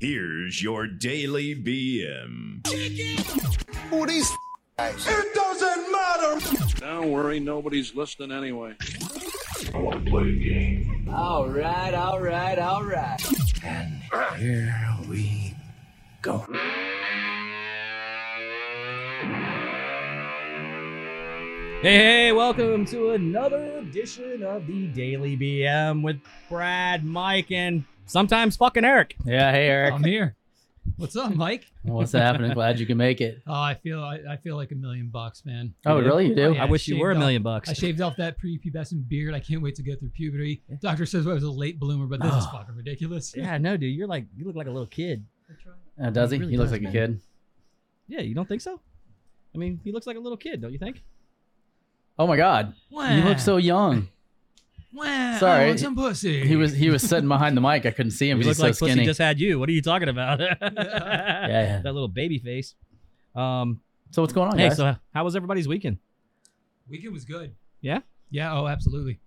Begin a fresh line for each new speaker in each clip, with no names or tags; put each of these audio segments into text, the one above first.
Here's your daily BM.
Who are these guys? It doesn't matter.
Don't worry, nobody's listening anyway.
All right, all right, all right.
Hey, hey, welcome to another edition of the Daily BM with Brad, Mike, and sometimes fucking Eric.
Yeah, hey Eric.
I'm here. What's up, Mike?
What's happening? Glad you can make it.
Oh, I feel I, I feel like a million bucks, man.
Oh,
Yeah.
really? You do?
Yeah,
I wish you
shaved
were a
off-
million bucks.
I shaved off that prepubescent beard. I can't wait to get through puberty. Doctor says I was a late bloomer, but this is
Oh.
fucking ridiculous.
yeah, no, dude, you're like you look like a little kid.
Uh, does he?
He really
he looks
does.
like a kid.
Yeah, you don't think so? I mean, he looks like a little kid, don't you think?
Oh my God,
Wow.
you look so young.
Wow. I
Sorry.
want some pussy.
He was he was sitting behind the mic. I couldn't see him
you
because
look
he's so
like
skinny.
pussy just had you. What are you talking about?
yeah.
That little baby face. Um,
So what's going on,
hey,
guys?
so how was everybody's weekend?
Weekend was good.
Yeah?
Yeah. Oh, absolutely.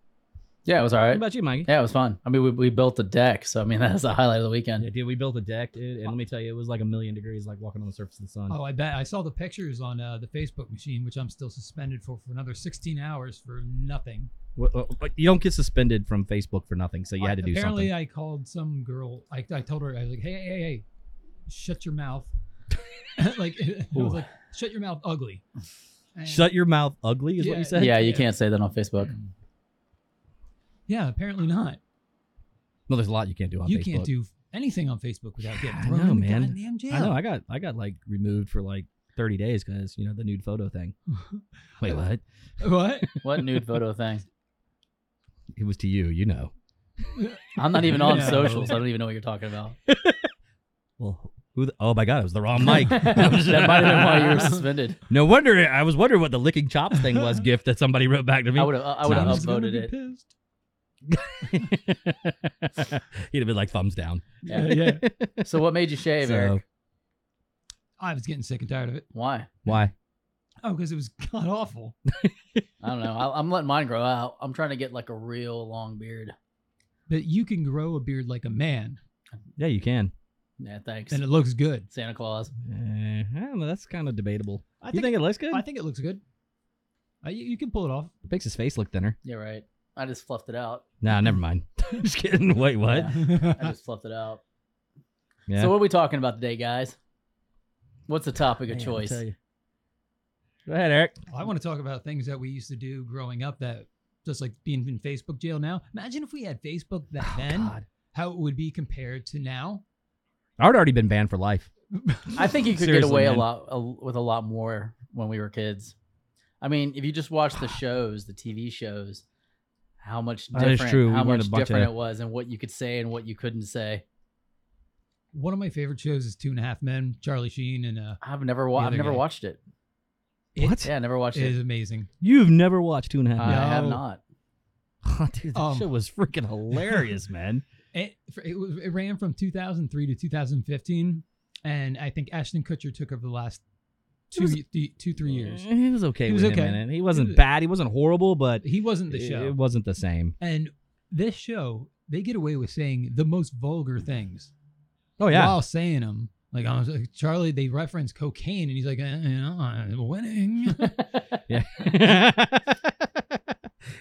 yeah, it was all
What
right.
about you, Mikey?
Yeah, it was fun. I mean, we, we built a deck, so I mean that's the highlight of the
Yeah,
weekend.
dude, we built a deck, dude, and let me tell you, it was like a million degrees, like walking on the surface of the sun.
Oh, I bet. I saw the pictures on uh, the Facebook machine, which I'm still suspended for for another 16 hours for nothing.
Wha- wha- But uh, you don't get suspended from Facebook for nothing, so you had to do
Apparently,
something.
I called some girl. I, I told her I was like, hey, hey, hey, hey, shut your mouth. like and I was
Ooh.
like, shut your mouth, ugly. And-
Shut your mouth, ugly, is what
Yeah.
you said.
Yeah, you can't say that on Facebook.
Yeah, apparently not.
No, there's a lot you can't do on
you
Facebook.
can't do anything on Facebook without getting
I
thrown
know,
in the
man.
goddamn jail.
I know. I got I got like removed for like 30 days because you know the nude photo thing. Wait, what?
what?
What nude photo thing?
It was to you, you know.
I'm not even on
No.
socials. I don't even know what you're talking about.
Well, who? The, oh my God, it was the wrong mic. That was-
that might have been why you were suspended.
No wonder I was wondering what the licking chops thing was gift that somebody wrote back to me.
I would have I would have
Sounds
Who's gonna
upvoted
be
it.
pissed?
He'd have been like thumbs down.
Yeah,
Yeah.
yeah.
So what made you shave,
So-
Eric?
I was getting sick and tired of it.
Why?
Why?
Oh, because it was god awful.
I don't know. I, I'm letting mine grow out. I'm trying to get like a real long beard.
But you can grow a beard like a man,
Yeah, you can.
Yeah, thanks.
and it looks good.
Santa Claus.
Uh, I don't know. That's kind of debatable.
I
you
think,
think it looks good?
I think it looks good. Uh, you, you can pull it off.
it makes his face look thinner.
Yeah, right. I just fluffed it out.
Nah, never mind. Just kidding. Wait, what?
Yeah. I just fluffed it out.
Yeah.
So what are we talking about today, guys? What's the topic of
Man, I'll
choice?
tell you. Go ahead, Eric.
I want to talk about things that we used to do growing up that just like being in Facebook jail now. Imagine if we had Facebook back then,
Oh, God.
how it would be compared to now.
I would already been banned for life.
I think you could get
Seriously,
away
man.
a lot a, with a lot more when we were kids. I mean, if you just watch the shows, the TV shows, how much
That is
different,
true. We
how
weren't a
much
bunch
different
of-
it was, and what you could say and what you couldn't say.
One of my favorite shows is Two and a Half Men, Charlie Sheen, and uh,
I've never wa-
The
I've
other
never
guy.
watched it.
What?
Yeah, Uh, I never watched
it
it.
is amazing.
You've never watched Two and a
I
Half
have
No.
not.
Men. Dude, that
Um.
shit was freaking hilarious, man.
It for- it, was, it ran from 2003 to 2015, and I think Ashton Kutcher took over the last two
was- Mm-hmm.
ye- th- two three years.
He was okay
He
with
was
him,
okay.
man. He wasn't
was-
bad. He wasn't horrible, but
He wasn't the show,
it, it wasn't the same.
and this show they get away with saying the most vulgar things.
Oh yeah.
while saying them. Like I was like, Charlie, they reference cocaine, and he's like, eh, you know, I'm winning.
Yeah.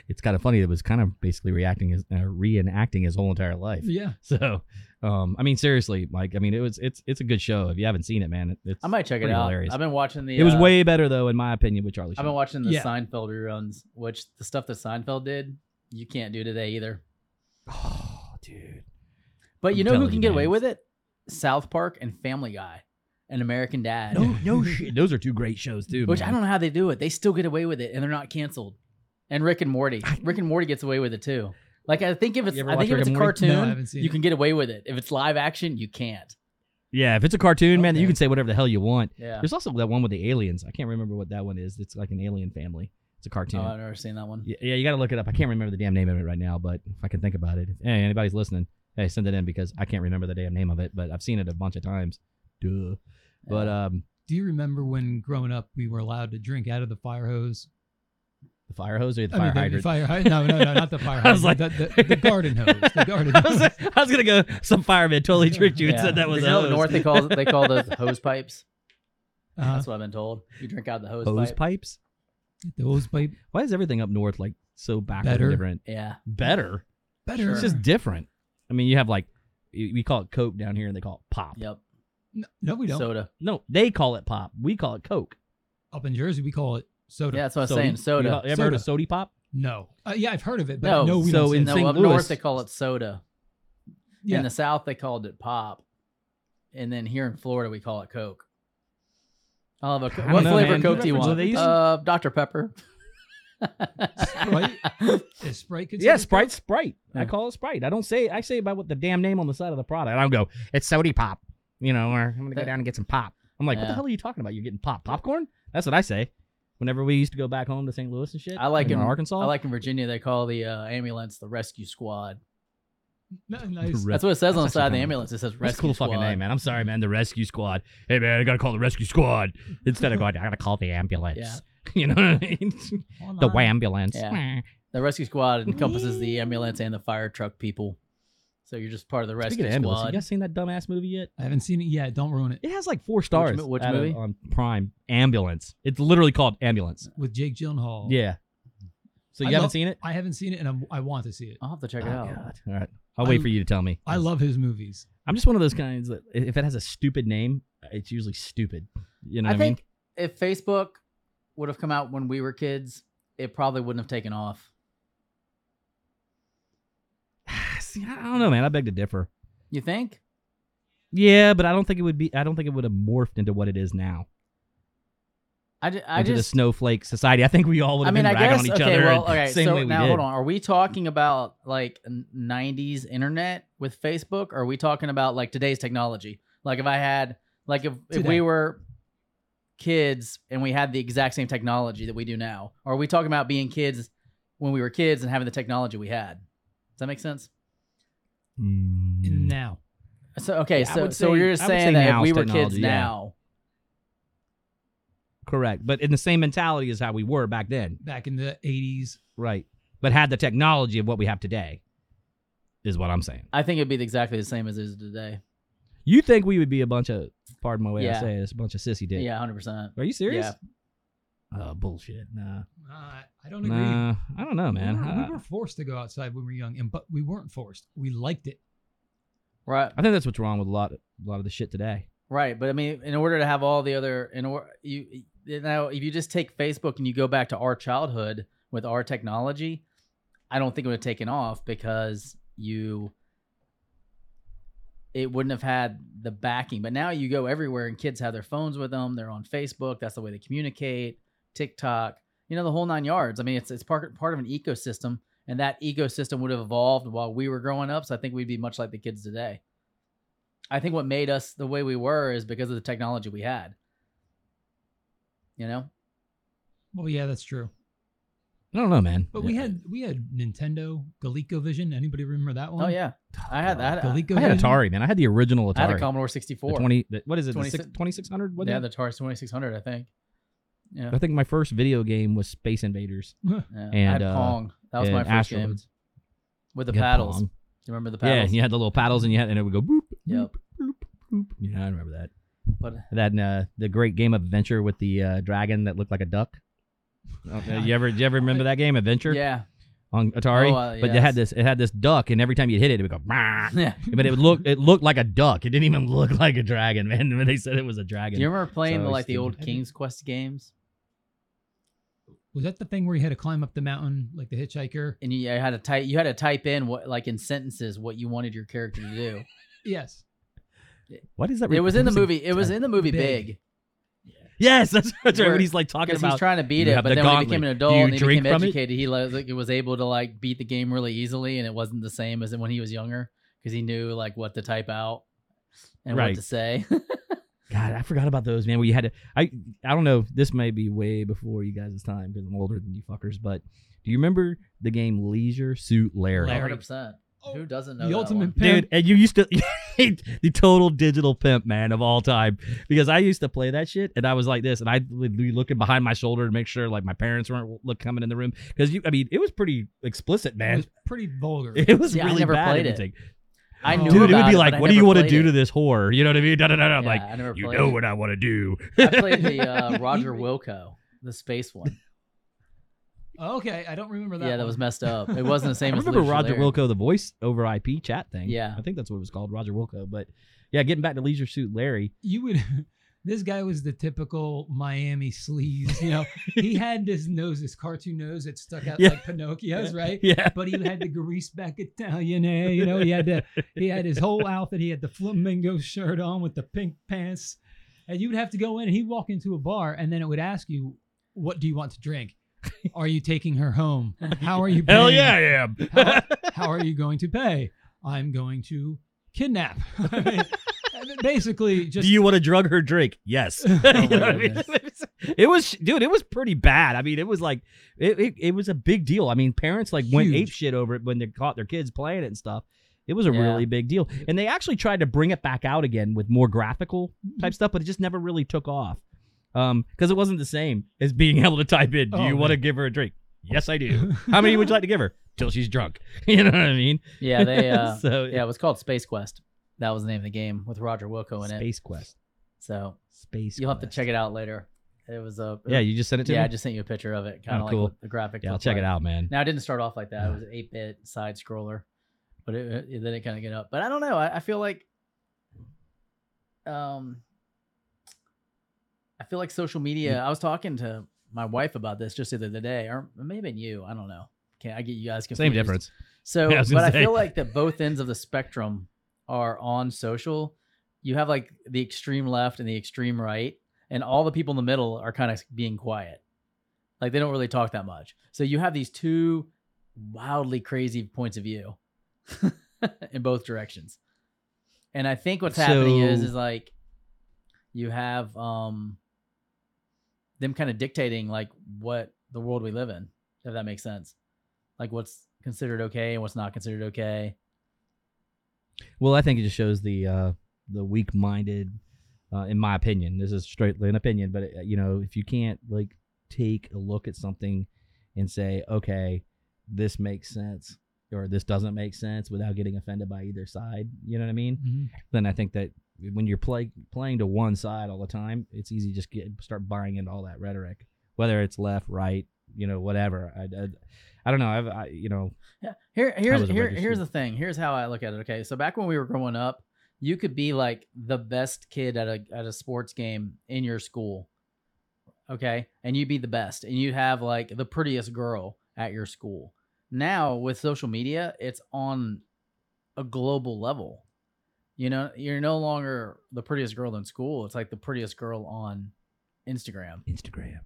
it's kind of funny. It was kind of basically reacting his, uh, reenacting his whole entire life.
yeah,
So, um, I mean, seriously, Mike. I mean, it was it's it's a good show. If you haven't seen it, man, it, it's
I might check it
pretty
out.
hilarious.
I've been watching the.
it was
uh,
way better though, in my opinion, with Charlie.
I've been
Sheen.
watching the
Yeah.
Seinfeld reruns, which the stuff that Seinfeld did, you can't do today either.
Oh, dude.
But you
I'm
know who
telling
can
you,
get
man.
away with it? South Park and Family Guy and American Dad.
No, no shit. Those are two great shows too.
Which
man.
I don't know how they do it. They still get away with it and they're not canceled. And Rick and Morty. Rick and Morty gets away with it too. Like I think if it's
You ever
I
watch
think if
Rick
it's a
and Morty?
cartoon,
No, I haven't seen
you
it.
can get away with it. If it's live action, you can't.
Yeah, if it's a cartoon, man, you
Okay.
can say whatever the hell you want.
Yeah.
There's also that one with the aliens. I can't remember what that one is. It's like an alien family. It's a cartoon.
Oh, I've never seen that one.
Yeah, yeah, you got to look it up. I can't remember the damn name of it right now, but if I can think about it, if hey, anybody's listening, hey, send it in because I can't remember the damn name of it, but I've seen it a bunch of times. Duh. But um,
do you remember when growing up we were allowed to drink out of the fire hose?
The fire hose or the
I
fire
mean, the- the
hydrant?
fire hy- No, no, no, not the fire hydrant.
I was like-
the, the, the garden hose. The garden
I was,
hose.
like- I was gonna go. Some fireman totally tricked you and
Yeah.
said that was
Is
a
that what
hose.
North they call they call those hose pipes.
Uh,
That's what I've been told. You drink out the hose,
Uh-huh. hose
pipe.
pipes.
the hose pipe.
Why is everything up north like so backward
Better.
and different?
Yeah.
Better.
Better.
Sure.
It's just different. I mean, you have like y- we call it Coke down here, and they call it pop.
Yep.
no, no, we don't.
Soda.
No, they call it pop. We call it Coke.
Up in Jersey, we call it soda.
Yeah, that's what I was
Sody-
saying.
You
Soda.
ever heard of
Soda.
sody pop?
No. Uh, yeah, I've heard of it, but
No,
no, we
so
don't. say
in
that.
no,
St.
up
Louis-
north they call it soda.
yeah,
In the South they called it pop, and then here in Florida we call it Coke. I'll have a
I
co-
don't
what
know,
flavor
man.
Coke do you
Reference-
want?
they used to-
Uh, Dr Pepper.
Sprite? Is Sprite
Yeah,
considered
Sprite, Sprite. I
Yeah.
call it Sprite. I don't say I say about what the damn name on the side of the product. I don't go, it's sody pop. You know, or I'm gonna go
That-
down and get some pop. I'm like, what the
Yeah.
hell are you talking about? You're getting pop popcorn? That's what I say. Whenever we used to go back home to St. Louis and shit,
I like
in
in
Arkansas.
I like in Virginia they call the uh, ambulance the rescue squad.
No, nice.
Re-
That's what it says on the
That's
side
actually
of the
kinda-
ambulance. It says
That's a
rescue
cool
squad.
fucking name, man. I'm sorry, man. The rescue squad. Hey, man, I gotta call the rescue squad instead of going. I gotta call the ambulance. You know what I mean? the
Online.
ambulance.
Yeah. The rescue squad encompasses the ambulance and the fire truck people. So you're just part of the
Speaking
rescue
of ambulance,
squad.
you guys seen that dumbass movie yet?
I haven't seen it yet. Don't ruin it.
It has like four stars.
mo- which
out of-
movie?
on Prime? Ambulance. It's literally called Ambulance.
With Jake
Oh.
Gyllenhaal.
Yeah. So you
I
haven't
love-
seen it?
I haven't seen it, and I'm, I want to see it.
I'll have to check it
Oh,
out.
God. All right. I'll wait
I-
for you to tell me.
I love his movies.
I'm just one of those kinds that i- if it has a stupid name, it's usually stupid. You know
I
what
think if Facebook would have come out when we were kids, it probably wouldn't have taken off.
I mean? See, I don't know, man. I beg to differ.
You think?
Yeah, but I don't think it would be. I don't think it would have morphed into what it is now.
I, ju- I
into the
just
snowflake society. I think we all would
I
have
mean
been
I
ragging
guess
on each
okay
other.
well
and
okay
same way
so
we
now
did.
hold on are we talking about like n- 90s internet with Facebook or are we talking about like today's technology like if I had like if, if
Today.
we were kids and we had the exact same technology that we do now are we talking about being kids when we were kids and having the technology we had does that make sense
Mm.
Now.
so okay
Yeah, I
so
would
so
say-
you're just
I would say
saying that if
now's
we were kids
technology, yeah.
now
Correct, but in the same mentality as how we were back then,
Back in the 80s.
right? But had the technology of what we have today, is what I'm saying.
I think it'd be exactly the same as it is today
You think we would be a bunch of, pardon my way I
Yeah.
say this, a bunch of sissy
yeah,
dicks?
100%
Are you serious?
Yeah.
Oh, bullshit. Nah.
Uh, I don't agree.
Nah. I don't know, man. Uh,
We were,
I,
we were forced to go outside when we were young, and but we weren't forced. We liked it.
right
I think that's what's wrong with a lot, a lot of the shit today.
Right, but I mean, in order to have all the other, in or you, you now, if you just take Facebook and you go back to our childhood with our technology, I don't think it would have taken off because you, it wouldn't have had the backing. But now you go everywhere and kids have their phones with them. They're on Facebook. That's the way they communicate. TikTok, you know, the whole nine yards. I mean, it's it's part part of an ecosystem, and that ecosystem would have evolved while we were growing up. So I think we'd be much like the kids today. I think what made us the way we were is because of the technology we had. You know?
Well, yeah, that's true.
I don't know, man.
But we had we had Nintendo, Vision. Anybody remember that one?
Oh yeah, I had that. I,
Coleco
I had
Vision.
Atari, man. I had the original Atari.
I had a Commodore
The
64.
20, the- what is it?
26
Twenty six hundred?
yeah, the Atari 2600, I think. Yeah,
I think my first video game was Space Invaders.
yeah.
and,
I had
uh,
Pong. That was my
and
first
Asteroid.
game with the
You had
paddles. Do
Pong.
you remember the
Yeah,
paddles?
and you had the little paddles, and you had, and it would go boop,
Yep.
boop, boop. Yeah, I remember that.
But
That and, uh, the great game Adventure with the uh, dragon that looked like a duck. Uh, you ever, you ever remember that game Adventure
yeah,
on Atari?
Oh, uh,
But it had
yes.
this, it had this duck, and every time you hit it, it would go. "Bah."
yeah.
But it would look, it looked like a duck. It didn't even look like a dragon, man. When they said it was a
Do
dragon,
you remember playing
So I
the,
used
like the
to-
old King's Quest games?
Was that the thing where you had to climb up the mountain like the hitchhiker?
And you had to type. You had to type in what, like in sentences, what you wanted your character to do.
Yes.
what is that?
it was in
what
the
is it-
movie. It was in the movie
Big.
Big.
Yes, that's, that's right.
Where-
When he's like talking
because
about
he was trying to beat
you
it,
have
but
the
then when he became
gauntlet.
an
Do you
adult and he
drink
became
from it?
educated, he like, like, was able to like beat the game really easily, and it wasn't the same as when he was younger because he knew like what to type out and
Right.
what to say.
God, I forgot about those, man. Where you had to, I, I don't know. This may be way before you guys' time because I'm older than you fuckers. But do you remember the game Leisure Suit Larry?
Larry.
Hundred percent. Who doesn't know
The
that
ultimate
one?
pimp.
Dude, and you used to the total digital pimp man of all time because I used to play that shit and I was like this and I would be looking behind my shoulder to make sure like my parents weren't look coming in the room because you I mean it was pretty explicit
It
man
was pretty vulgar.
it was
See, I
really
never
bad
played it.
everything.
I knew
Oh. dude it
about
would be
but
like
I
what do
never
you want to
played
do
it.
to this whore you know what I mean da, da, da, da. I'm
Yeah,
like
I never
you
played
know
it.
what I want to do
I played the uh, Roger Wilco, the space one.
Oh, okay, I don't remember that.
yeah, that
one.
was messed up. It wasn't the
I
same as
remember
Lucia
Roger
Laird.
Wilco, the voice over IP chat thing.
Yeah.
I think that's what it was called, Roger Wilco. But yeah, getting back to Leisure Suit Larry,
you would. This guy was the typical Miami sleaze. You know, he had this nose, this cartoon nose that stuck out
Yeah.
like Pinocchio's, right?
yeah,
But he had the grease back Italian, eh? You know, he had the he had his whole outfit. He had the flamingo shirt on with the pink pants, and you would have to go in. and He'd walk into a bar, and then it would ask you, "What do you want to drink? Are you taking her home? How are you?"
hell
paying?
yeah, I am.
How, how are you going to pay? I'm going to kidnap. I mean, basically, just
do you want to drug her drink? Yes. You know
my
what I mean? it was, dude. It was pretty bad. I mean, it was like, it, it, it was a big deal. I mean, parents like went
Huge.
ape shit over it when they caught their kids playing it and stuff. It was a
Yeah.
really big deal, and they actually tried to bring it back out again with more graphical
Mm-hmm.
type stuff, but it just never really took off. Um, because it wasn't the same as being able to type in, "Do
Oh,
you want to give her a drink?" Yes, I do. How many would you like to give her? Till she's drunk. You know what I mean?
Yeah, they. Uh,
so
yeah, it was called Space Quest. That was the name of the game with Roger Wilco in it.
Space Quest.
So
Space.
you'll have to
Quest.
check it out later. It was a
Yeah, you just sent it to
yeah.
me.
I just sent you a picture of it, kind of
Oh,
like
cool.
what the graphic.
yeah, I'll
looked
check
like.
it out, man.
Now it didn't start off like that.
Yeah.
It was an eight bit side scroller, but it, it- then it kind of got up. But I don't know. I, I feel like, um, I feel like social
Mm.
media. I was talking to my wife about this just the other day, or maybe you. I don't know. Can I get you guys confused?
Same difference.
So,
Yeah, I was
but
gonna
I
say.
feel like that both ends of the spectrum are on social. You have like the extreme left and the extreme right, and all the people in the middle are kind of being quiet. Like they don't really talk that much. So you have these two wildly crazy points of view in both directions. And I think what's happening is
So-
is like you have um them kind of dictating like what the world we live in, if that makes sense. Like what's considered okay and what's not considered okay.
Well, I think it just shows the uh, the weak minded, uh, in my opinion. This is straightly an opinion, but uh, you know, if you can't like take a look at something and say, okay, this makes sense or this doesn't make sense without getting offended by either side, you know what I mean?
Mhm.
Then I think that when you're play, playing to one side all the time, it's easy to just get start buying into all that rhetoric, whether it's left, right, you know, whatever. I, I, I don't know. I've, I, you know,
Yeah. Here, here's
was a
here,
registered-
here's the thing. Here's how I look at it. Okay, so back when we were growing up, you could be like the best kid at a at a sports game in your school. Okay, and you'd be the best, and you'd have like the prettiest girl at your school. Now with social media, it's on a global level. You know, you're no longer the prettiest girl in school. It's like the prettiest girl on Instagram.
Instagram.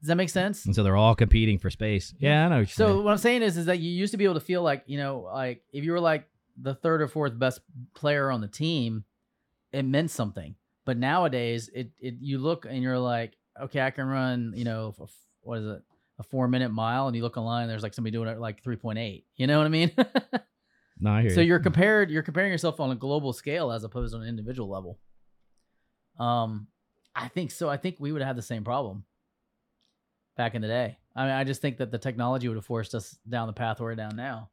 Does that make sense?
And so they're all competing for space. Yeah, I know. what you're
So
saying.
what I'm saying is, is that you used to be able to feel like you know, like if you were like the third or fourth best player on the team, it meant something. But nowadays, it it you look and you're like, okay, I can run, you know, f- what is it, a four minute mile, and you look online, there's like somebody doing it at, like 3.8. You know what I mean?
no, I hear
so
you.
you're compared, you're comparing yourself on a global scale as opposed to an individual level. Um, I think so. I think we would have had the same problem back in the day. I mean, I just think that the technology would have forced us down the path we're down now.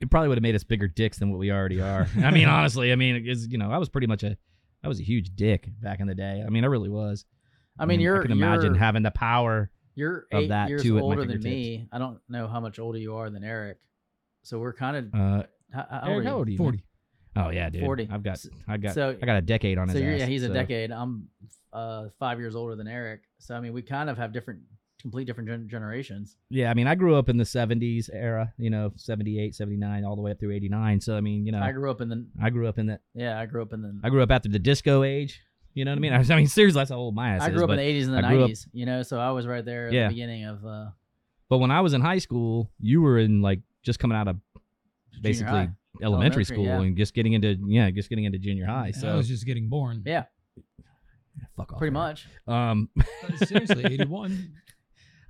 it probably would have made us bigger dicks than what we already are. I mean, honestly, I mean, it's, you know, I was pretty much a, I was a huge dick back in the day. I mean, I really was.
I mean,
Mm, I
you're-
can imagine
you're-
having the power.
You're
Of
eight
that,
years
too, at my
older than
fingertips.
me. I don't know how much older you are than Eric. So we're kind of
Uh,
how, how
Eric,
old
how
are
old
you?
are you? man?
Forty.
Oh yeah, dude.
40.
I've got,
So-
I've got,
so-
I got a decade on his
So you're,
ass,
yeah, he's a
so-
decade. I'm uh, five years older than Eric. So I mean, we kind of have different, complete different gen- generations.
Yeah, I mean, I grew up in the '70s era, you know, '78, '79, all the way up through '89. So I mean, you know,
I grew up in the
I grew up in that.
yeah, I grew up in the
I grew up after the disco age. You know what I mean? I mean, seriously, that's how old my ass
I
is.
grew up
but-
in the 80s and the
I grew up-
90s, you know, so I was right there at
Yeah.
the beginning of uh,
But when I was in high school, you were in like just coming out of
junior
basically
high.
elementary
Elementary,
school
yeah.
and just getting into yeah, just getting into junior high.
And
So
I was just getting born.
Yeah,
fuck off. Eric.
pretty much.
Um,
But seriously, eighty-one.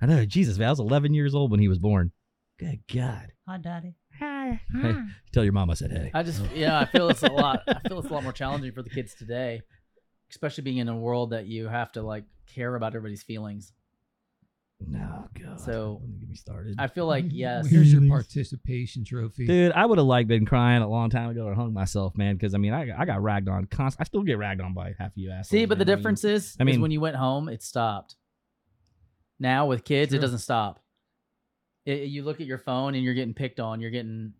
I know Jesus, man, I was 11 years old when he was born. Good God.
Hi, Daddy.
Tell your mom I said hey.
I just yeah, I feel it's a lot. I feel it's a lot more challenging for the kids today, especially being in a world that you have to like care about everybody's feelings.
no, God.
So,
Don't get me started.
I feel like yes,
Here's your
Feelings.
participation trophy.
Dude, I would have like been crying a long time ago or hung myself, man. Because I mean, I, I got ragged on constant. I still get ragged on by half of you assholes.
See, but the
man. I mean,
difference is,
I
is
mean-
when you went home, it stopped. Now with kids, it
True.
doesn't stop. It, you look at your phone and you're getting picked on. You're getting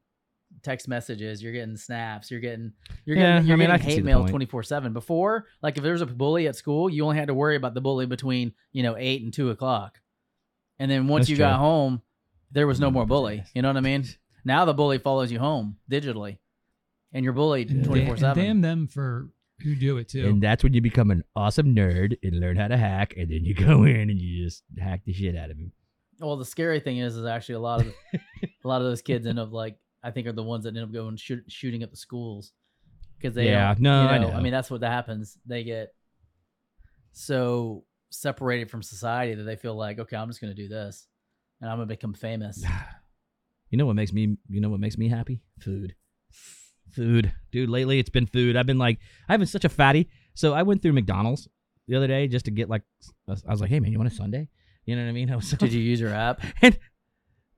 text messages. You're getting snaps. You're getting you're
Yeah,
getting
I
you're
mean, I
getting
can see
hate
the
mail
point.
twenty four seven. Before, like if there was a bully at school, you only had to worry about the bully between you know eight and two o'clock, and then once
That's
you
true.
got home, there was no
Mm,
more bully.
yes.
You know what I mean? Now the bully follows you home digitally, and you're bullied
And da-
twenty four
and damn
seven.
them for who do it too.
And that's when you become an awesome nerd and learn how to hack, and then you go in and you just hack the shit out of him.
Well, the scary thing is, is actually a lot of a lot of those kids end up like I think are the ones that end up going shoot, shooting up the schools because they
Yeah,
don't-
no, I know.
mean that's what happens. They get so separated from society that they feel like, okay, I'm just going to do this and I'm going to become famous.
You know what makes me? You know what makes me happy? Food, food, dude. Lately, it's been food. I've been like, I've been such a fatty. So I went through McDonald's the other day just to get like, I was like, hey man, you want a Sunday? You know what I mean? I was so
Did you use your app?
and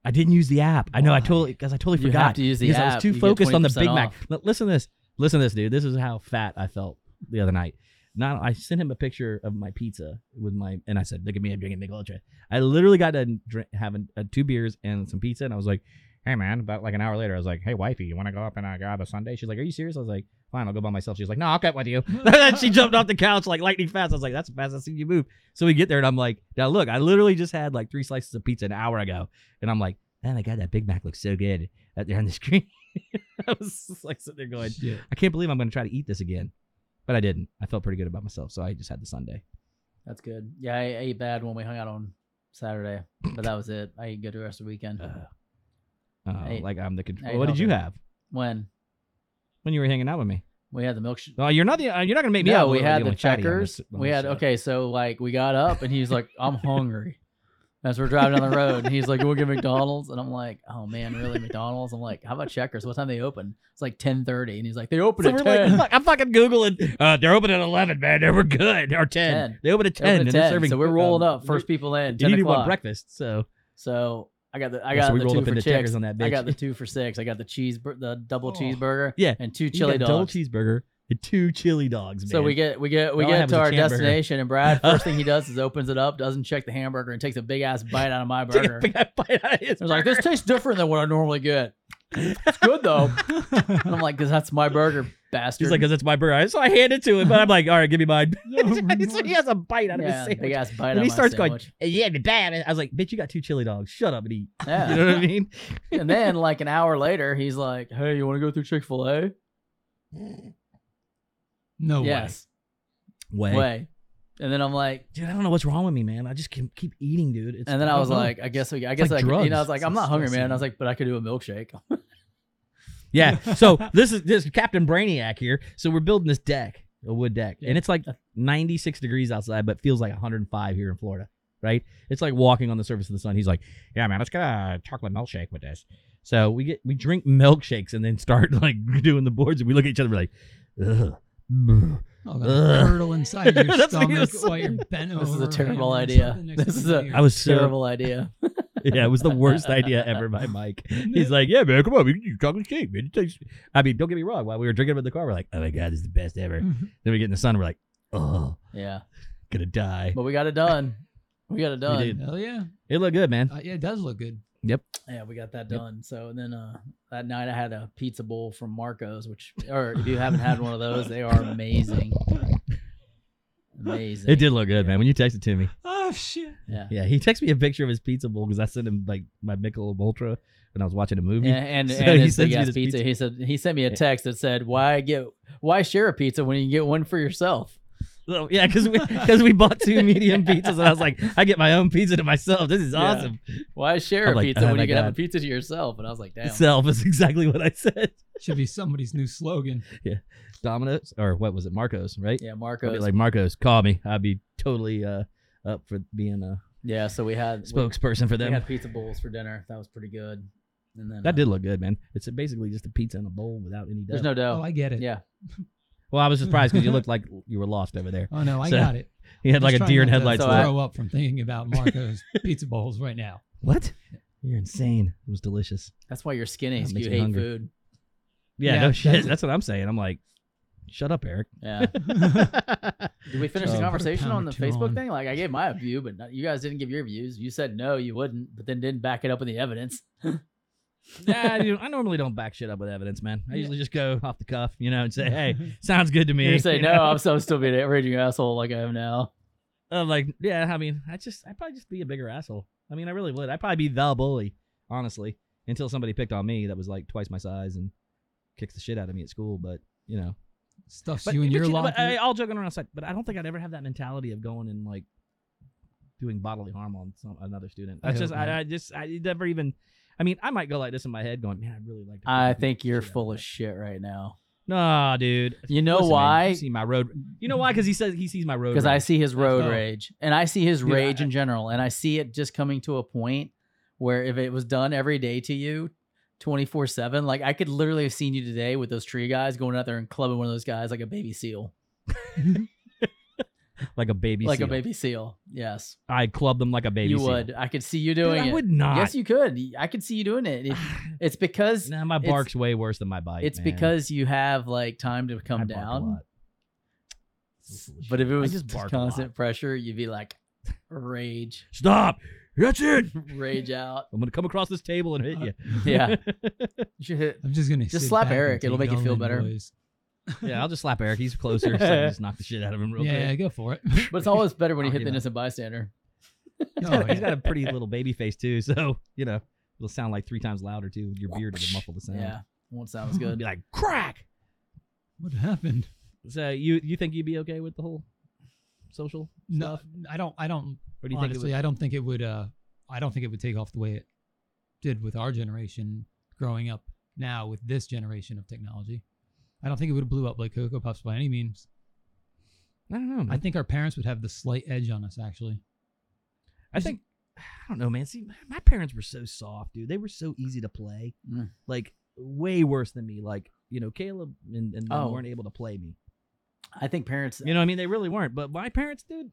I didn't use the app. I know I
Why?
totally because I totally
You
forgot
have to use the
because I
app.
was too
You get
focused on the
20%
Big Mac.
off.
L- listen to this. Listen to this, dude. This is how fat I felt the other night. Not I sent him a picture of my pizza with my and I said, "Look at me, I'm drinking Big Ultra." I literally got to drink, having uh, two beers and some pizza, and I was like, "Hey, man!" About like an hour later, I was like, "Hey, wifey, you want to go up and uh, grab a Sunday?" She's like, "Are you serious?" I was like, "Fine, I'll go by myself." She's like, "No, I'll cut with you." then she jumped off the couch like lightning fast. I was like, "That's the fastest I've seen you move." So we get there, and I'm like, "Now look, I literally just had like three slices of pizza an hour ago." And I'm like, oh my god, that Big Mac looks so good out there on the screen. I was just like sitting there going,
Shit.
I can't believe I'm going to try to eat this again. But I didn't. I felt pretty good about myself, so I just had the Sunday.
That's good. Yeah, I ate bad when we hung out on Saturday, but that was it. I ate good the rest of the weekend.
Uh,
Hey,
like I'm the
hey,
control. What did you
Helga.
have
When
when you were hanging out with me?
we had the milkshake.
Oh, you're not the, uh, you're not going to make me
no,
out.
we
look
had
like a
the
fatty on
checkers.
this- on
we
this
had
show.
okay, so like we got up and he's like, "I'm hungry." As we're driving down the road, and he's like, "We'll get McDonald's," and I'm like, "Oh man, really McDonald's?" I'm like, "How about Checkers? What time they open?" It's like 10:30, and he's like, "They open
So
at
we're
10."
like, fuck, I'm fucking Googling. Uh, they're open at 11, man. They were good. Or 10.
10.
They open at 10.
They open
and
at
they're
10,
serving,
so we're rolling
um,
up first people in.
You
10
didn't even want
o'clock.
breakfast, so
So I got the I
Yeah,
got
so we
the
rolled
two
up
for
into
chicks.
Checkers on that
I
bitch.
got the two for six. I got the cheese, the double
Oh.
cheeseburger,
Yeah,
and two
you
chili
got a
dogs.
double cheeseburger and two chili dogs, man.
So we get we get we
All I
get
had
to
was a
our
Chan burger.
destination, and Brad first thing he does is opens it up, doesn't check the hamburger, and takes a big ass bite out of my
Take a
burger.
big bite out of his
I was like, this
burger.
tastes different than what I normally get. It's good though. And I'm like, because that's my burger, bastard.
He's like, because it's my burger. So I hand it to him, but I'm like, all right, give me mine. so he has a bite out of
Oh, yeah,
his sandwich.
big ass bite.
and
out
he
of my
starts
sandwich.
going, yeah, bad. I was like, bitch, you got two chili dogs. Shut up and eat.
Yeah.
You know what I mean?
and then like an hour later, he's like, hey, you want to go through Chick Fil A?
No
yes,
Way.
way. And then I'm like,
Dude, I don't know what's wrong with me, man. I just can keep eating, dude. It's,
and then I,
don't
was
know.
like, I guess we, I guess
like
I, could- you
drugs.
know, I was like,
It's
I'm not hungry,
disgusting.
man. And I was like, but I could do a milkshake.
yeah. So this is this is Captain Brainiac here. So we're building this deck, a wood deck, and it's like 96 degrees outside, but feels like 105 here in Florida. Right? It's like walking on the surface of the sun. He's like, yeah, man, let's get a chocolate milkshake with this. So we get we drink milkshakes and then start like doing the boards, and we look at each other we're like, ugh. brr."
way. Oh,
Ugh.
that curdle inside your
That's what he
stomach
was
while you're bent over.
This is a terrible
and
idea.
something next
This
to
is
your
a-
ear.
I was so
Terrible idea.
yeah, it was the worst idea ever by Mike. He's like, yeah, man, come on, we can do chocolate cake, man. It tastes. I mean, don't get me wrong. While we were drinking it in the car, we're like, oh my god, this is the best ever. Then we get in the sun, we're like, oh,
Yeah,
gonna die.
but we got it done. We got it done.
did.
Hell yeah.
It looked good, man.
Uh, yeah, it does look good.
Yeah, we got that
Yep.
done. So then uh, that night I had a pizza bowl from Marco's, which, or if you haven't had one of those, they are amazing. Amazing.
It did look good, man. When you texted to me,
Oh shit.
Yeah.
yeah, he texted me a picture of his pizza bowl because I sent him like my Michelob Ultra when I was watching a movie.
And and,
So
and
he
his
sends
big
me
ass
this
pizza.
pizza.
He said he sent me a text that said, "Why get why share a pizza when you can get one for yourself?"
So, yeah, because we because we bought two medium pizzas, and I was like, I get my own pizza to myself. This is
Yeah.
awesome.
Why share
I'm
a
like,
pizza
"Oh
when
my
you can have a
God."
pizza to yourself? And I was like, "Damn."
Self is exactly what I said.
Should be somebody's new slogan.
Domino's or what was it? Marcos, right?
yeah,
I'd be
Marco's.
like Marcos, call me. I'd be totally uh, up for being a
yeah, so we had we-
spokesperson for
we
them.
had pizza bowls for dinner. That was pretty good. And then
That
uh,
did look good, man. It's basically just a pizza in a bowl without any dough.
There's no dough.
Oh, I get it.
yeah.
well, I was surprised because you looked like you were lost over there.
Oh no, I
So,
got it.
You had
I'm
like
just
a
trying
deer in
not to
headlights.
So
look.
I-
Throw up from thinking about Marco's pizza bowls right now.
what? You're insane. It was delicious.
That's why you're skinny.
That
is
makes
You
me
hate
hungry.
food.
Yeah,
Yeah,
no shit.
that's
That's,
it.
what I'm saying. I'm like, shut up, Eric.
Yeah. Did we finish the
Um,
conversation
pound
on
or
the
two
Facebook
on.
thing? Like I gave my view, but not, you guys didn't give your views. You said no, you wouldn't, but then didn't back it up with the evidence.
nah, dude, I normally don't back shit up with evidence, man. I
Yeah.
usually just go off the cuff, you know, and say, hey, sounds good to me.
You say
you
no,
know?
I'm, so- I'm still being an raging asshole like I am now.
I'm like, yeah, I mean, I just, I'd probably just be a bigger asshole. I mean, I really would. I'd probably be the bully, honestly, until somebody picked on me that was like twice my size and kicks the shit out of me at school. But, you know,
Stuffs
but,
you in
but
your
know,
locker.
but, I, all joking around aside, but I don't think I'd ever have that mentality of going and like doing bodily harm on some, another student.
I
That's
hope
just,
not.
I, I just, I never even. I mean, I might go like this in my head, going, "Man, I really like." to
I
fucking beat
think
the
you're
shit out
full
that
of shit right now.
Nah, dude.
You know
Listen, man,
why?
you see my road. You know why? Because he says he sees my road.
because I
rage.
see his road
how-
rage, and I see his
Dude, I-
rage in general, and I see it just coming to a point where if it was done every day to you, twenty four seven, like I could literally have seen you today with those tree guys going out there and clubbing one of those guys like a baby seal,
like a baby.
like a
seal.
baby seal. Yes,
I club them like a baby.
you
seal.
would. I could see you
Dude,
doing
I
it.
would not.
Yes, you could. I could see you doing it. It- it's because
nah, my
it's-
bark's way worse than my bite.
it's
man.
because you have like time to
I
come
bark a
down.
lot. So foolish.
But if it
I
was
just
just
bark a lot.
constant pressure, you'd be like rage,
Stop. That's it.
rage out.
I'm gonna come across this table and hit you.
Yeah, you should hit
I'm just gonna
Just
sit
slap
back and
Eric, it'll
take
make you
all
feel
in,
better.
boys.
yeah, I'll just slap Eric. He's closer. So I just knock the shit out of him real
yeah,
quick.
go for it.
But it's always better when you
Oh,
hit
you
the
know.
innocent bystander.
No,
He's got- he's
Oh, yeah.
got a pretty little baby face too, so you know it'll sound like three times louder too. Your beard will muffle the sound.
Yeah, won't sound as
it'll
good.
be like crack.
What happened?
So you you think you'd be okay with the whole social?
No, I don't. I don't.
Or do you
honestly,
think?
I don't think it would. Uh, I don't think it would take off the way it did with our generation growing up. Now with this generation of technology, I don't think it would have blew up like Cocoa Puffs by any means.
It would, I don't know.
I
Man.
think our parents would have the slight edge on us actually.
I, think I don't know, man. See, my- my parents were so soft, dude. They were so easy to play.
Mm.
Like way worse than me. Like you know, Caleb and, and them
Oh.
weren't able to play me.
I think parents.
You know, what I mean, they really weren't. But my parents, dude,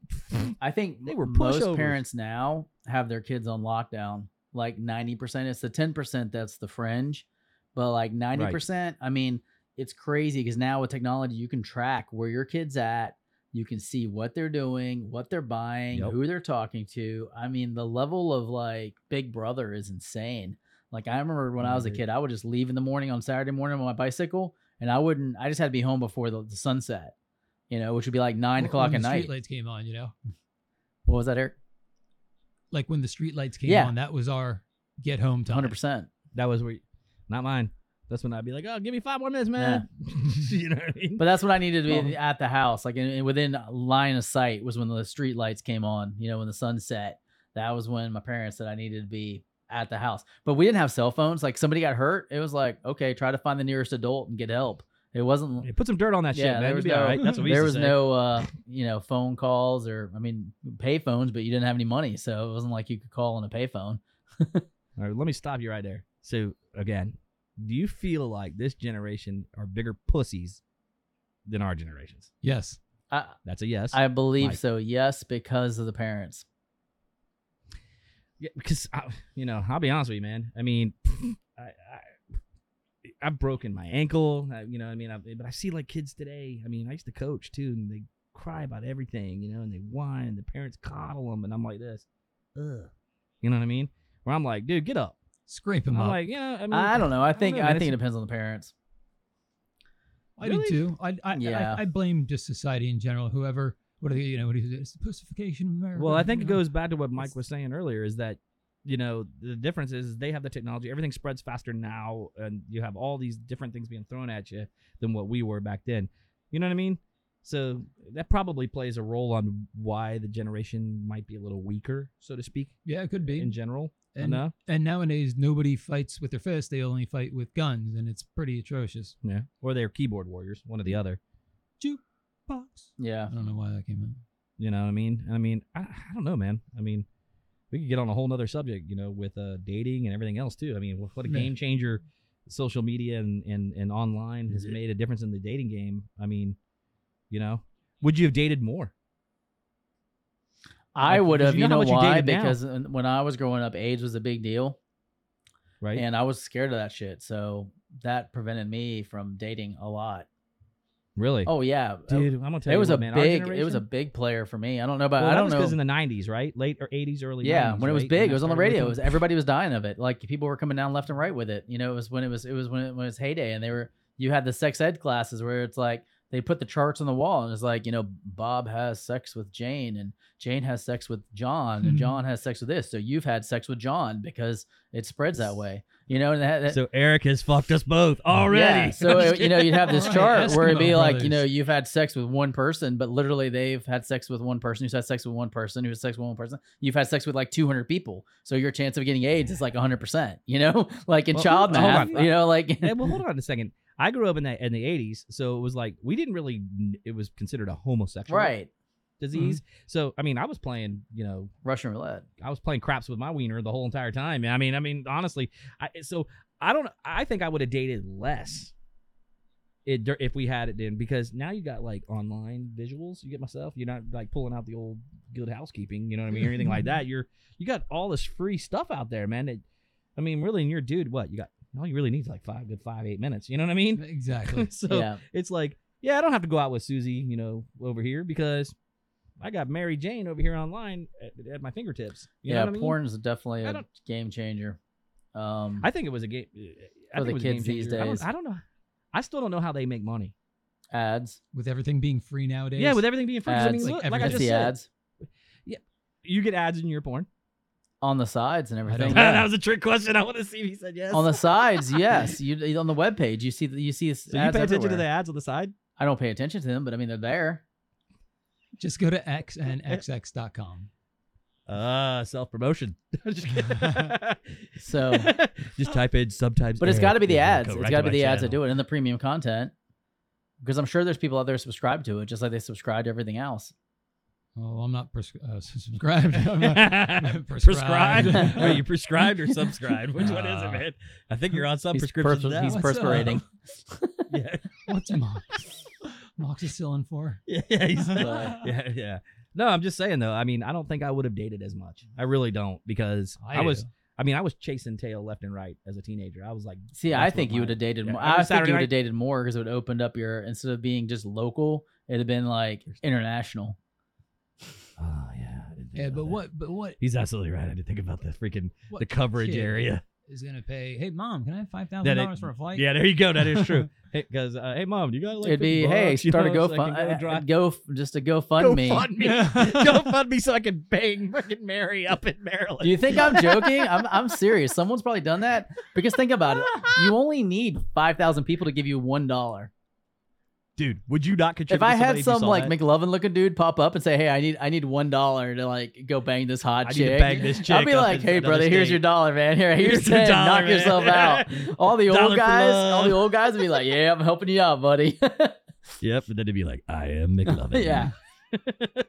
I think
They were
most
pushovers.
parents now have their kids on lockdown. Like ninety percent, it's the ten percent that's the fringe, but like ninety percent. I mean, it's crazy because now with technology, you can track where your kid's at. You can see what they're doing, what they're buying,
Yep.
who they're talking to. I mean, the level of like Big Brother is insane. Like I remember when I was a
Agreed.
kid, I would just leave in the morning on Saturday morning on my bicycle, and I wouldn't. I just had to be home before the, the sunset, you know, which would be like nine
When-
o'clock
when
at
the
night.
Streetlights came on, you know,
What was that, Eric?
like when the streetlights came
Yeah.
on, that was our get home time.
Hundred percent.
that was where, not mine. That's when I'd be like, oh, give me five more minutes, man. you know what I mean?
But that's when I needed to be
Well-
at the house, like in, in- within line of sight, was when the street lights came on. You know, when the sun set. That was when my parents said I needed to be at the house. But we didn't have cell phones. Like somebody got hurt, it was like okay, try to find the nearest adult and get help. It wasn't
Yeah, put some dirt on that
Yeah,
shit,
there
man. You'll
was
be
no-
all right. That's what we
there was
used to say.
no uh you know phone calls or i mean pay phones but you didn't have any money so it wasn't like you could call on a pay phone
All right, let me stop you right there. So again, do you feel like this generation are bigger pussies than our generations?
Yes.
i
That's a yes.
i believe
Mike.
so yes because of the parents
yeah, because I, you know, I'll be honest with you, man. I mean, I, I I've broken my ankle. I, you know, what I mean, I, but I see like kids today. I mean, I used to coach too, and they cry about everything, you know, and they whine, and the parents coddle them, and I'm like this, ugh, you know what I mean? Where I'm like, dude, get up.
Scrape them
I'm
up.
like, you know, I mean,
i don't know i think
know,
i
man.
think it
It's-
depends on the parents
I
Really?
do too. I I,
Yeah.
I I blame just society in general. Whoever, what are they, you know, what is it? It's the pussification of America.
Well, I think
you
it
know?
goes back to what Mike was saying earlier is that, you know, the difference is they have the technology. Everything spreads faster now, and you have all these different things being thrown at you than what we were back then. You know what I mean? So that probably plays a role on why the generation might be a little weaker, so to speak,
Yeah, it could be.
in general. I
And-
know.
and nowadays, nobody fights with their fists; they only fight with guns, and it's pretty atrocious.
Yeah. Or they're keyboard warriors, one or the other.
Jukebox.
yeah
I don't know why that came out.
You know what I mean? I mean, I, I don't know, man. I mean, we could get on a whole nother subject, you know, with uh, dating and everything else too. I mean, what what a
Yeah.
game changer social media and, and, and online has made a difference in the dating game. I mean, you know, would you have dated more?
I
Like,
would
because
have,
you
you,
know
know,
how much you
why?
dated now.
Because uh, when when I was growing up, AIDS was a big deal,
Right?
and I was scared of that shit. So that prevented me from dating a lot.
really?
Oh yeah, Uh,
dude, I'm gonna tell
it
you,
was
what,
a
man, our
big, it was a
generation-
big player for me. I don't know about,
Well,
I
that
don't
was
know.
because in the '90s, right? Late or '80s, early.
yeah,
90s,
when it was
right?
big,
When
it
I
was on the
started
radio. It
looking-
was everybody was dying of it. Like people were coming down left and right with it. You know, it was when it was, it was when it, when it was heyday, and they were you had the sex ed classes where it's like they put the charts on the wall, and it's like you know Bob has sex with Jane, and Jane has sex with John,
Hmm.
and John has sex with this. So you've had sex with John because it spreads that way. You know, and that, that-
So Eric has fucked us both already.
yeah, so it- you know, you'd have this
Right,
chart where it'd be
Eskimo
like, you know,
brothers.
you've had sex with one person, but literally they've had sex with one person who's had sex with one person who's had sex with one person. You've had sex with like 200 people, so your chance of getting AIDS is like 100. percent You know, like in
Well,
child
hold
math,
on.
you know, like
Hey, well, hold on a second. I grew up in the in the '80s, so it was like we didn't really. It was considered a homosexual
right,
disease. So I mean, I was playing, you know,
Russian roulette.
I was playing craps with my wiener the whole entire time. I mean, I mean, honestly, I, so I don't. I think I would have dated less. It, dur- if we had it then, because now you got like online visuals. You get myself. You're not like pulling out the old good housekeeping. You know what I mean, or anything like that. You're you got all this free stuff out there, man. It, I mean, really, and you're a dude. What you got? All you really need is like five good five eight minutes. You know what I mean?
Exactly.
so
yeah,
it's like, yeah, I don't have to go out with Susie, you know, over here because I got Mary Jane over here online at, at my fingertips. You know
yeah,
what I mean?
porn's definitely
I
a
don't-
game changer. Um,
I think it was a game. uh, I
For
think
the
it was a game
kids these
changer. I don't-
days.
I don't, know. I still don't know how they make money.
ads,
with everything being free nowadays.
Yeah, with everything being free. 'cause I mean,
Ads,
look,
like
like I
everything.
just
the
said,
ads
you get ads in your porn.
on the sides and
don't
everything.
know.
yeah.
that was a trick question. I want to see if he said yes.
on the sides, yes, you on the web page, you see you see
so you pay attention to
that.
the ads on the side.
I don't pay attention to them, but I mean they're there.
Just go to xnxx.com.
Uh, self promotion. just kidding.
So,
Just type in sometimes.
but it's got to be the ads. It's
Correct
got to
my
be the ads that
channel.
do it and the premium content, because I'm sure there's people out there subscribed to it, just like they subscribe to everything else.
Oh, I'm not pres- uh, subscribed. I'm
prescribed.
not- Prescribed.
Wait, you prescribed or subscribed? Which one is it,
Uh,
man? I think you're on some
he's
prescriptions now.
perfect- he's
What's
perspirating.
yeah,
What's Mox? Moxicillin for?
yeah, yeah, he's-
But-
yeah, yeah. No, I'm just saying though. I mean, I don't think I would have dated as much. I really don't because I, was.
do.
I mean, I was chasing tail left and right as a teenager. I was like,
See, I
That's
think
what
you
mine-
would have dated
yeah,
more.
every
I think
Saturday
you would
night-
have dated more because it would have opened up your instead of being just local, it'd have been like international.
oh yeah. I didn't think
Yeah,
about
but
that."
what? But what?
He's absolutely right. I didn't think about the freaking
what
the coverage
kid
area.
is gonna pay. Hey, mom, can I have five thousand
That
dollars
it,
for a flight?
yeah, there you go. That is true. Hey, because uh, hey, mom, you got like 50
it'd be hey,
bucks, you
start a
know, so I
GoFund,
can
uh,
go drive-
go f- just a GoFundMe.
Go fund me so I can bang fucking Mary up in Maryland.
Do you think I'm joking? I'm I'm serious. Someone's probably done that because think about it. You only need five thousand people to give you one dollar.
dude? Would you not contribute?
If I had some like McLovin looking dude pop up and say, "Hey, I need I need one dollar to like go bang this hot
I need
chick,"
to bang this
I'll
chick
be
up
like,
in
"Hey,
another
brother, here's
state."
your dollar, man. Here, here's,
your
ten.
dollar,
Knock
man."
yourself out." All the
Dollar
old
for
guys, all
love.
the old guys would be like, "Yeah, I'm helping you out, buddy."
yep, and then it'd be like, I am McLovin.
yeah,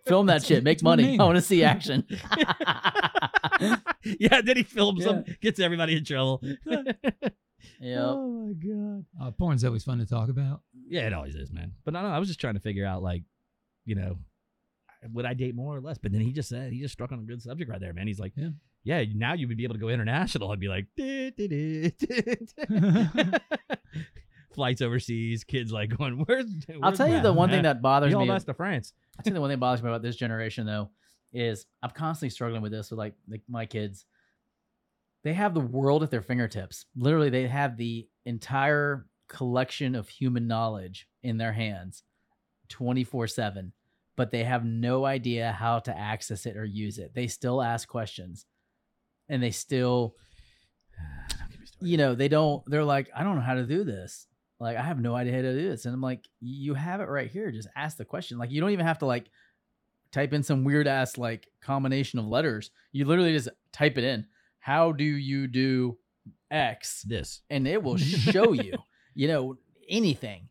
film that shit, make
that's my
money.
name.
I want to see action.
yeah. Then he films them, gets everybody in trouble.
yeah,
my god.
Uh, porn's always fun to talk about.
Yeah, it always is, man. But no, no, I was just trying to figure out, like, you know, would I date more or less? But then he just said he just struck on a good subject right there, man. He's like,
Yeah.
yeah, now you would be able to go international and be like, "Duh, duh, duh, duh." flights overseas, kids like going, where's?
I'll
where's
tell you
Brad,
the one thing
man?
that bothers
Y'all
me.
lost to France.
I think the one thing that bothers me about this generation though is I'm constantly struggling with this with like, like my kids. They have the world at their fingertips. Literally, they have the entire collection of human knowledge in their hands 24/7, but they have no idea how to access it or use it. They still ask questions and they still you know, they don't, they're like, I don't know how to do this. Like, I have no idea how to do this. And I'm like, you have it right here. Just ask the question. Like, you don't even have to like type in some weird ass like combination of letters. You literally just type it in. How do you do X?
This.
And it will show you, you know, anything.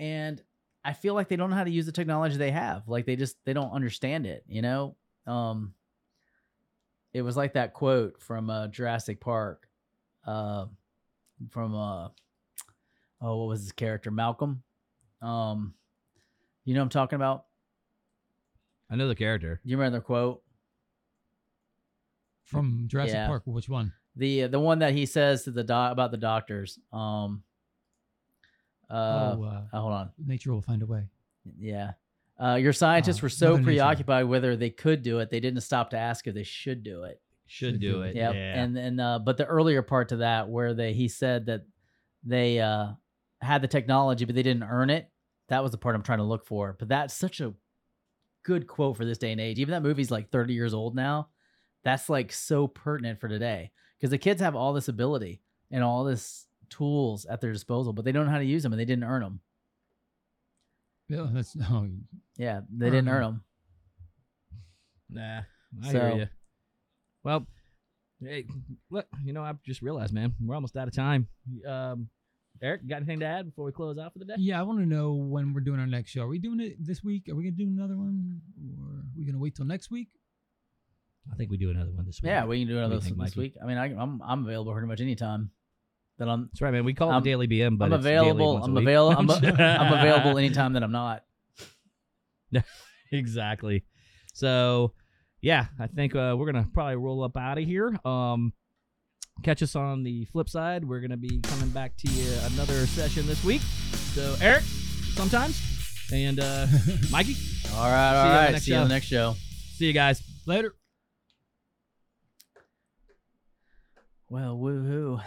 And I feel like they don't know how to use the technology they have. Like they just they don't understand it, you know? Um it was like that quote from uh, Jurassic Park, uh, from uh, oh, what was his character? Malcolm. Um, you know what I'm talking about.
I know the character.
You remember the quote?
From Jurassic
Yeah.
Park, which one?
The the one that he says to the doc about the doctors. Um. Uh,
oh, uh,
oh, hold on.
nature will find a way.
Yeah. Uh, your scientists were so
Mother Nature.
preoccupied whether they could do it, they didn't stop to ask if they should do it.
Should do it.
Yep.
Yeah.
And and uh, but the earlier part to that where they he said that they uh, had the technology but they didn't earn it. That was the part I'm trying to look for. But that's such a good quote for this day and age. Even that movie's like 30 years old now. That's like so pertinent for today because the kids have all this ability and all this tools at their disposal, but they don't know how to use them and they didn't earn them.
Yeah, that's oh,
Yeah, they didn't
Earn
earn
'em.
them.
Mm-hmm. Nah, I hear
So-
you. Well, hey, look, you know, I just realized, man, we're almost out of time. Um, Eric, got anything to add before we close out for the day?
yeah. I want to know when we're doing our next show. Are we doing it this week? Are we gonna do another one, or are we gonna wait till next week?
I think we do another one this week.
Yeah, we can do
What do
another
you think,
this
Mikey?
week. I mean, I, I'm I'm available pretty much any time. That I'm
That's right, man. We call it
I'm-
the Daily BM, but
I'm
it's daily
available.
once a
I'm
week.
available. I'm, I'm available anytime that I'm not.
exactly. So, yeah, I think uh, we're gonna probably roll up out of here. Um, catch us on the flip side. We're gonna be coming back to you another session this week. So, Eric, sometimes, and uh, Mikey, See
All right,
you on
all
the
right.
next
See you on
show.
the next show.
see you guys later.
Well, woohoo.